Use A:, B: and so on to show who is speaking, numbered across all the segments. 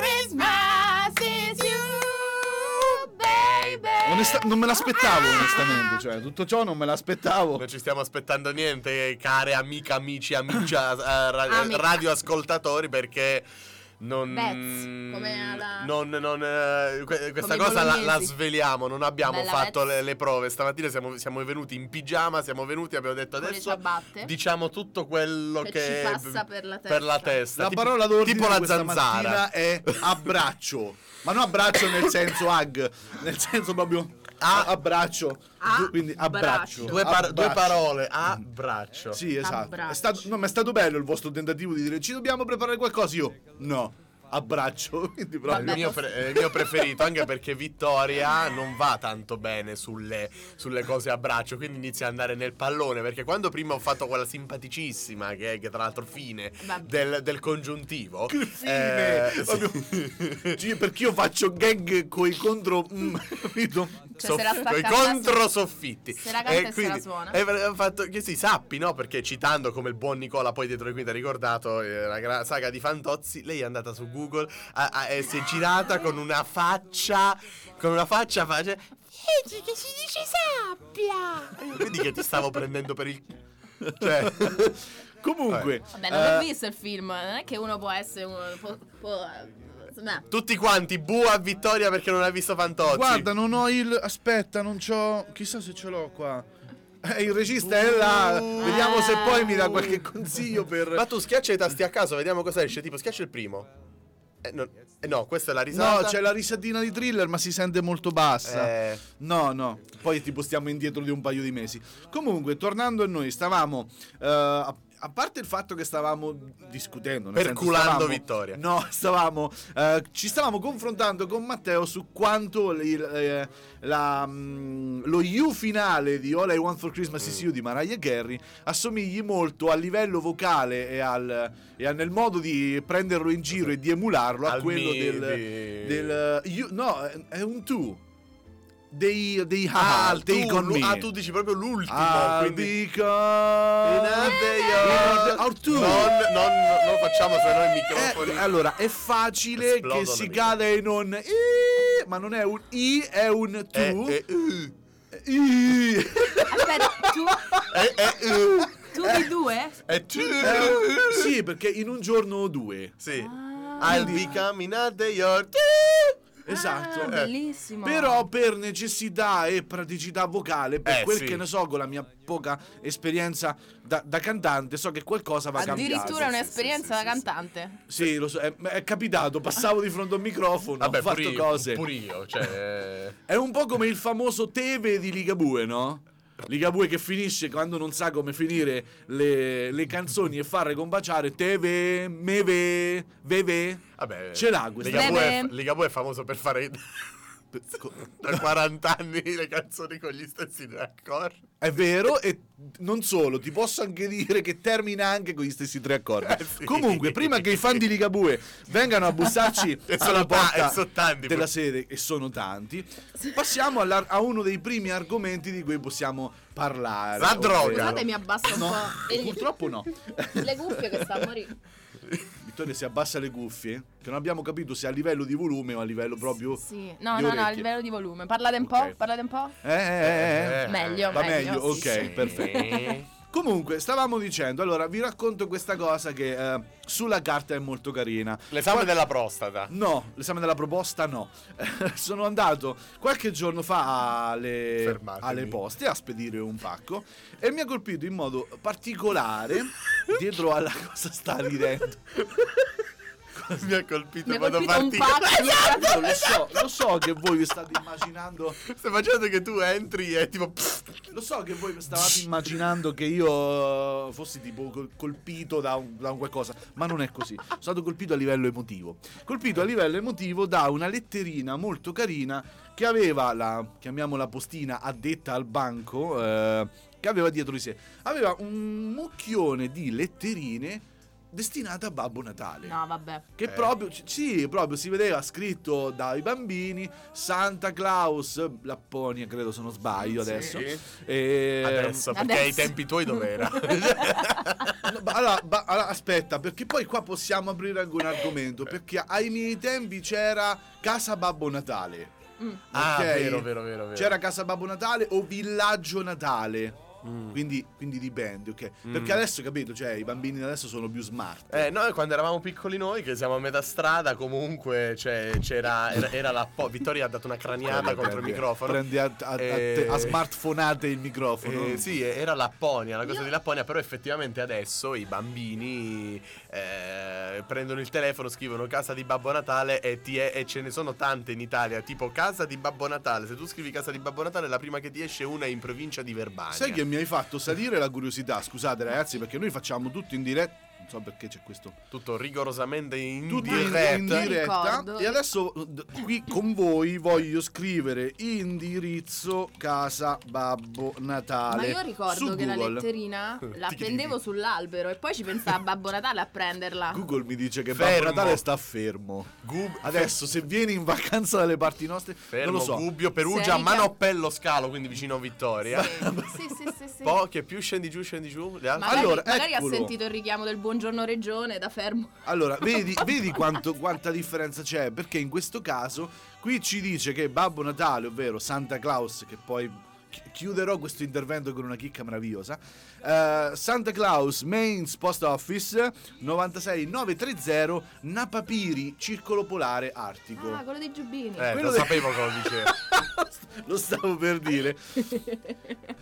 A: Christmas is you, baby. Ah!
B: Onesta- non me l'aspettavo, onestamente. Cioè, tutto ciò non me l'aspettavo.
C: Non ci stiamo aspettando niente, eh, care amica, amici, amicia, eh, ra-
A: Amica.
C: radioascoltatori, perché non,
A: Vez, come alla-
C: non, non, eh, que- questa
A: i
C: cosa la, la
A: bolognesi.
C: sveliamo, non abbiamo
A: Bella
C: fatto
A: Vez.
C: le, le prove. Stamattina siamo, siamo venuti in pigiama, siamo venuti, abbiamo detto
A: Con le
C: adesso
A: ciabatte.
C: diciamo tutto quello
A: Che
C: che,
A: ci passa per la
C: per la
A: testa.
C: testa.
B: La
C: tipo,
B: parola d'ordine
C: tipo la
B: questa
C: zanzara.
B: mattina è abbraccio. Ma non abbraccio nel senso hug, nel senso proprio
C: Ah.
B: abbraccio.
A: Ah,
B: Quindi abbraccio.
C: Due, par-
B: abbraccio.
C: due parole, a braccio.
B: Sì, esatto.
A: Abbraccio.
B: È stato, no, ma è stato bello il vostro tentativo di dire ci dobbiamo preparare qualcosa. Io no, abbraccio. Quindi proprio.
C: il, mio pre- eh, il mio preferito, anche perché Vittoria non va tanto bene sulle, sulle cose a braccio, quindi inizia ad andare nel pallone. Perché quando prima ho fatto quella simpaticissima, che è che tra l'altro fine
A: Vabbè.
C: del, del congiuntivo,
B: Che fine!
C: eh,
B: Proprio- Sì, perché io faccio gag con i contro. mm, capito?
A: Cioè, se la
C: Soff- coi
A: staccata su-
C: controsoffitti
A: se la canta e se
C: quindi-
A: la suona.
C: e aveva fatto che si sappi no perché citando come il buon Nicola poi dietro le quinte ha ricordato eh, la gra- saga di Fantozzi lei è andata su Google ha- ha- e si è girata con una faccia con una faccia face
A: Vedi che si dice sappia.
C: vedi che ti stavo prendendo per il cioè
B: Comunque.
A: Vabbè, non l'ho
B: eh,
A: visto il film. Non è che uno può essere uno. Può, può, insomma,
C: tutti quanti bu a Vittoria perché non ha visto Fantozzi
B: Guarda, non ho il. Aspetta, non c'ho. Chissà se ce l'ho qua. Eh, il regista è là.
C: Uh.
B: Vediamo se poi mi dà
C: Uh.
B: qualche consiglio
C: ma
B: per.
C: tu schiaccia i tasti a caso vediamo cosa esce tipo schiaccia il primo Eh, no, eh, no, questa è la risata
B: No, c'è la risatina di thriller, ma si sente molto bassa.
C: Eh.
B: No, no. Poi tipo stiamo indietro di un paio di mesi. Comunque, tornando a noi, stavamo. eh, a a parte il fatto che stavamo discutendo, nel senso,
C: Perculando
B: stavamo-
C: Vittoria.
B: No, stavamo. eh, ci stavamo confrontando con Matteo su quanto il- eh, la, mm, lo You finale di All I Want for Christmas
C: Mm.
B: Is You di Mariah Carey assomigli molto a livello vocale e, al, e al- nel modo di prenderlo in giro e di emularlo a
C: Al
B: quello
C: mi-
B: del,
C: di-
B: del you- no, è- è un tu. Dei, dei
C: Ah,
B: ah, dei Ah,
C: tu,
B: con
C: lu-
B: me.
C: ah, tu dici proprio l'ultimo.
B: I'll
C: quindi...
B: be
C: In
B: con-
C: a day
B: In a day-
C: of-
B: or two.
C: Non, non, non lo facciamo se no i microfoni.
B: Ah, Eh, allora, è facile
C: Esplodono
B: che si
C: i
B: cada in un I, ma non è un I, è un tu.
C: Eh, eh, uh.
B: I.
A: aspetta, tu,
C: Eh, eh, uh.
A: tu di due?
C: Eh, tu.
B: sì, perché in un giorno o due.
C: Sì.
A: Ah.
C: I'll be coming out the your
B: Esatto.
A: Ah,
C: eh.
A: bellissimo.
B: Però per necessità e praticità vocale, per
C: Eh,
B: quel
C: sì.
B: che ne so, con la mia poca esperienza da, da cantante, so che qualcosa va cambiato.
A: Addirittura
C: sì,
A: un'esperienza
C: sì,
A: da
C: sì, sì,
A: cantante.
B: Sì, lo so, è, è capitato, passavo di fronte a un microfono, ho
C: Vabbè,
B: fatto
C: pure io,
B: cose.
C: pure io, cioè...
B: È un po' come il famoso Teve di Ligabue, no? Ligabue che finisce quando non sa come finire le, le canzoni e farle combaciare Teve, Meve, Veve.
C: Vabbè,
B: Ce l'ha questa
C: Ligabue è,
A: Bebe.
C: Ligabue è famoso per fare da 40 anni le canzoni con gli stessi tre accordi.
B: È vero e non solo, ti posso anche dire che termina anche con gli stessi tre accordi.
C: Eh, sì.
B: Comunque, prima che i fan di Ligabue vengano a bussarci
C: E sono
B: alla
C: ta-
B: porta
C: e sono tanti,
B: della
C: poi.
B: sede, e sono tanti, passiamo alla- a uno dei primi argomenti di cui possiamo parlare.
C: La droga.
B: ovvero-
A: Scusate, mi abbasso un
B: No,
A: po'. E-
B: purtroppo no.
A: Le cuffie che sta a morire.
B: Vittoria si abbassa le cuffie, che non abbiamo capito se a livello di volume o a livello proprio...
A: Sì. No,
B: di
A: no, no, a
B: orecchie.
A: livello di volume. Parlate un po',
B: Ok.
A: parlate un po'.
B: Eh, eh, eh.
C: Eh,
A: Meglio,
B: va meglio,
A: sì,
B: ok,
A: sì. Eh.
B: perfetto. Comunque, stavamo dicendo, allora vi racconto questa cosa che eh, sulla carta è molto carina.
C: L'esame della prostata.
B: No, l'esame della proposta no. Sono andato qualche giorno fa alle,
C: Fermatemi.
B: alle poste a spedire un pacco e mi ha colpito in modo particolare dietro alla cosa sta ridendo.
C: Mi ha colpito
A: Mi ha
C: quando
A: colpito un Esatto,
C: partì.
A: pacco.
B: Io esatto, lo so, lo so che voi vi state immaginando
C: Stai facendo che tu entri e tipo. pff,
B: Lo so che voi stavate immaginando che io eh, fossi tipo col- colpito da un, da un qualcosa, ma non è così. Sono stato colpito a livello emotivo. Colpito a livello emotivo da una letterina molto carina che aveva la, chiamiamola postina, addetta al banco, eh, che aveva dietro di sé. Aveva un mucchione di letterine destinata a Babbo Natale.
A: No, vabbè.
B: Che
C: Eh.
B: proprio, c- sì, proprio si vedeva scritto dai bambini Santa Claus, Lapponia credo se non sbaglio
C: Sì.
B: adesso.
C: Eh,
B: E...
C: Adesso, perché
A: eh, Adesso.
C: ai tempi tuoi dov'era?
B: No, ba- mm, allora, ba- allora, aspetta, perché poi qua possiamo aprire anche un argomento,
C: Eh.
B: perché ai miei tempi c'era Casa Babbo Natale.
A: Mm.
C: ah,
B: ok?
C: vero, vero, vero, vero.
B: C'era Casa Babbo Natale o Villaggio Natale.
C: Mm.
B: Quindi, quindi dipende, ok?
C: Mm.
B: Perché adesso, capito, cioè i bambini di adesso sono più smart.
C: Eh, noi quando eravamo piccoli noi, che siamo a metà strada, comunque cioè, c'era, era, era la po- Vittoria ha dato una craniata
B: Prendi-
C: contro il
B: prendi-
C: microfono.
B: Prendi a, a- a
C: Eh,
B: te- a smartphoneate il microfono.
C: eh, sì, era Lapponia, la cosa
A: Io-
C: di Lapponia, però effettivamente adesso i bambini eh, prendono il telefono, scrivono casa di Babbo Natale e, ti è- e ce ne sono tante in Italia, tipo casa di Babbo Natale. Se tu scrivi casa di Babbo Natale, la prima che ti esce è una in provincia di Verbania.
B: Sai che mi hai fatto salire la curiosità? Scusate ragazzi, perché noi facciamo tutto in diretta. Non so perché c'è questo.
C: Tutto rigorosamente in
B: Tutto in,
C: diretta.
B: in
A: Diretta.
B: diretta.
A: Ricordo.
B: E adesso d- qui con voi voglio scrivere indirizzo casa Babbo
A: Ma
B: Natale.
A: io
B: su
A: ricordo che la
B: Google.
A: letterina la
C: Ti-
A: appendevo sull'albero e poi ci pensava Babbo Natale a prenderla.
B: Google mi dice che
C: Fermo.
B: Babbo Natale sta fermo.
C: Gub-
B: Adesso, se vieni in vacanza dalle parti nostre,
C: Fermo,
B: non lo so.
C: Gubbio, Perugia,
A: Sei che-
C: Manoppello, Scalo, quindi vicino a Vittoria.
A: Sì, sì, sì, sì, sì.
C: Poi che più scendi giù, scendi giù. Le altre...
A: Magari,
B: Allora,
A: magari ha
B: eccolo.
A: sentito il richiamo del buongiorno regione da fermo.
B: Allora, vedi, vedi quanto- quanta differenza c'è? Perché in questo caso qui ci dice che Babbo Natale, ovvero Santa Claus, che poi chi- chiuderò questo intervento con una chicca meravigliosa, eh, Santa Claus, Mains Post Office, 96930, Napapiri, Circolo Polare Artico.
A: Ah, quello dei giubbini.
C: Eh,
B: quello
C: lo
B: de-
C: sapevo cosa diceva.
B: Lo stavo per dire.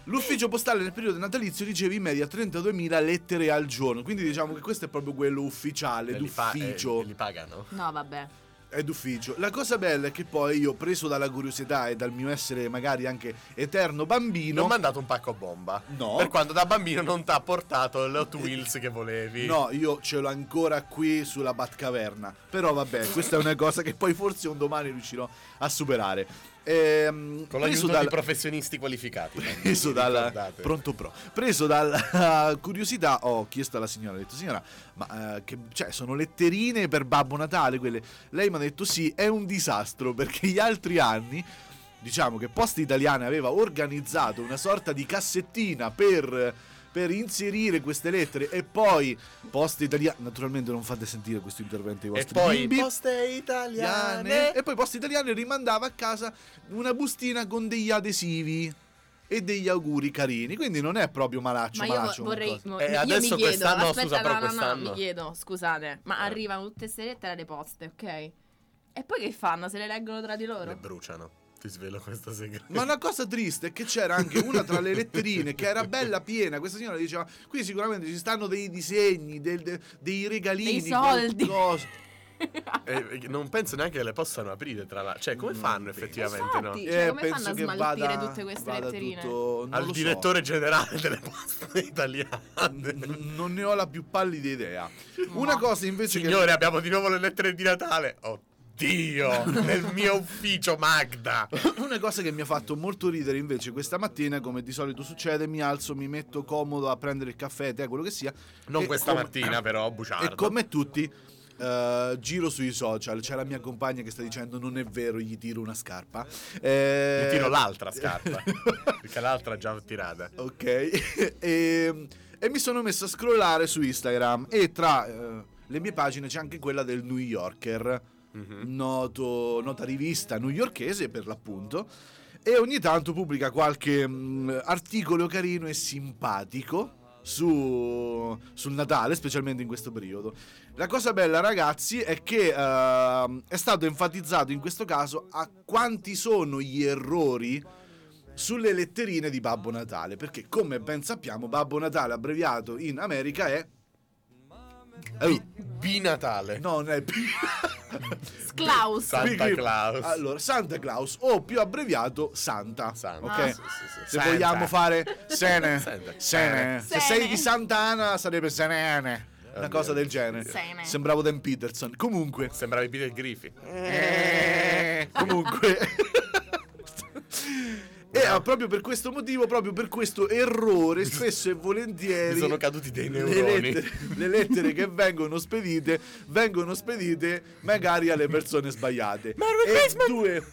B: L'ufficio postale nel periodo natalizio riceve in media 32.000 lettere al giorno, quindi diciamo che questo è proprio quello ufficiale,
C: E li, pa- e-
B: d'ufficio.
C: e li pagano.
A: No, vabbè.
B: È d'ufficio. La cosa bella è che poi io, preso dalla curiosità e dal mio essere magari anche eterno
C: Non ho
B: bambino,
C: mandato un pacco bomba.
B: No.
C: Per quando da bambino non ti ha portato le Hot Wheels che volevi.
B: no, io ce l'ho ancora qui sulla Batcaverna. Però vabbè, questa è una cosa che poi forse un domani riuscirò a superare. Ehm,
C: Con
B: preso
C: l'aiuto
B: dal-
C: di professionisti qualificati.
B: Preso dalla,
C: Ricordate.
B: pronto pro. Preso dalla curiosità ho chiesto alla signora, ho detto signora, ma eh, che, cioè, sono letterine per Babbo Natale quelle? Lei mi ha detto sì, è un disastro perché gli altri anni, diciamo che Poste Italiane aveva organizzato una sorta di cassettina per, per inserire queste lettere e poi Poste Italiane, naturalmente non fate sentire questo intervento ai
C: E
B: vostri
C: poi
B: bimbi.
C: poste
B: Italiane.
C: italiane.
B: E poi Poste Italiane rimandava a casa una bustina con degli adesivi e degli auguri carini. Quindi non è proprio malaccio.
A: Ma io vo-
B: malaccio come
A: vorrei.
B: cosa.
A: mo-
C: Eh,
A: io
C: adesso
A: mi chiedo,
C: quest'anno,
A: aspetta,
C: scusa,
A: no,
C: però
A: no, no,
C: quest'anno-
A: mi chiedo, scusate, ma
C: Eh.
A: arrivano tutte queste lettere alle poste, ok? E poi che fanno? Se le leggono tra di
C: Le
A: loro?
C: bruciano. Ti svelo questa segreto.
B: Ma la cosa triste è che c'era anche una tra le letterine che era bella piena. Questa signora diceva: Qui sicuramente ci stanno dei disegni, del- de- dei regalini,
A: Dei soldi.
B: qualcosa."
C: E- e non penso neanche Eh, che le possano aprire tra la... Cioè, come
B: Non
C: fanno
B: penso.
C: effettivamente, no?
A: Infatti. Cioè,
B: Eh,
A: come fanno a smaltire tutte queste
B: vada
A: letterine?
B: tutto- non
C: Al
B: lo so.
C: direttore generale delle poste italiane.
B: N- non ne ho la più pallida idea.
A: Ma-
B: Una cosa invece che.
C: Signore, abbiamo di nuovo le lettere di Natale. Oddio, nel mio ufficio Magda.
B: Una cosa che mi ha fatto molto ridere invece questa mattina, come di solito succede, mi alzo, mi metto comodo a prendere il caffè, tè, quello che sia.
C: Non
B: e
C: questa
B: com-
C: mattina però, buciardo.
B: E come tutti, eh, giro sui social, c'è la mia compagna che sta dicendo non è vero, gli tiro una scarpa. Eh,
C: Mi tiro l'altra scarpa, perché l'altra è già tirata.
B: Ok, e, e mi sono messo a scrollare su Instagram e tra eh, le mie pagine c'è anche quella del New Yorker,
C: Mhm.
B: noto, nota rivista newyorkese per l'appunto, e ogni tanto pubblica qualche mh, articolo carino e simpatico. Su, sul Natale, specialmente in questo periodo. La cosa bella, ragazzi, è che ehm, è stato enfatizzato in questo caso a quanti sono gli errori sulle letterine di Babbo Natale, perché come ben sappiamo Babbo Natale abbreviato in America è...
C: Bi- Binatale.
B: No, non è...
A: Sclaus!
C: Sa- Santa
B: Quindi-
C: Claus.
B: Allora, Santa Claus o più abbreviato Santa.
C: Santa.
B: Ok.
A: Ah, sì,
B: Se vogliamo fare Sene,
C: Santa.
B: Sene. Se
A: Sene.
B: sei di Sant'Ana sarebbe Senene. Una
C: Oddio.
B: cosa del genere.
A: Sene.
B: Sembravo Dan Peterson. Comunque.
C: Sembravi Peter Griffin.
B: Eh, comunque. e ah, proprio per questo motivo, proprio per questo errore, spesso e volentieri.
C: Mi sono caduti dei
B: le
C: neuroni.
B: lettere- le lettere che vengono spedite, vengono spedite magari alle persone sbagliate.
C: Merry
B: E
C: Christmas!
B: Due...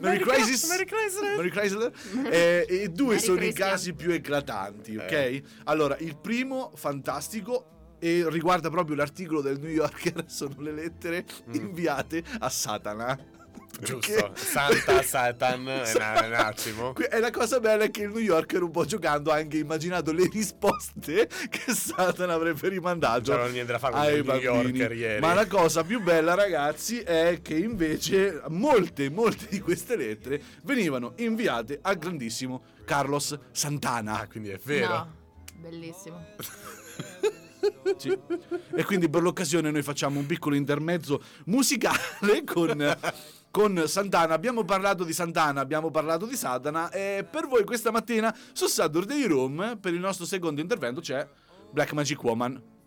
B: Merry
C: Christ-
B: Crisis!
C: Merry Chrysler!
B: Merry Chrysler. Eh, e due
A: Merry
B: sono i
A: Christian.
B: casi più eclatanti, ok?
C: Eh.
B: Allora, il primo, fantastico. E riguarda proprio l'articolo del New Yorker, sono le lettere inviate a Satana.
C: Mm. Giusto, Santa, Satan, è una- è un attimo.
B: Que- E la cosa bella è che il New Yorker un po' giocando ha anche immaginato le risposte che Satana avrebbe rimandato
C: C'era niente da fare con
B: ai
C: il New
B: bambini.
C: Yorker ieri.
B: Ma la cosa più bella, ragazzi, è che invece molte, molte di queste lettere venivano inviate al grandissimo Carlos
C: Ah,
B: Santana.
C: quindi è vero.
A: No, bellissimo.
B: Sì. E quindi per l'occasione noi facciamo un piccolo intermezzo musicale con... Con Santana abbiamo parlato di Santana, abbiamo parlato di Satana e per voi questa mattina su Saturday Room per il nostro secondo intervento c'è Black Magic Woman.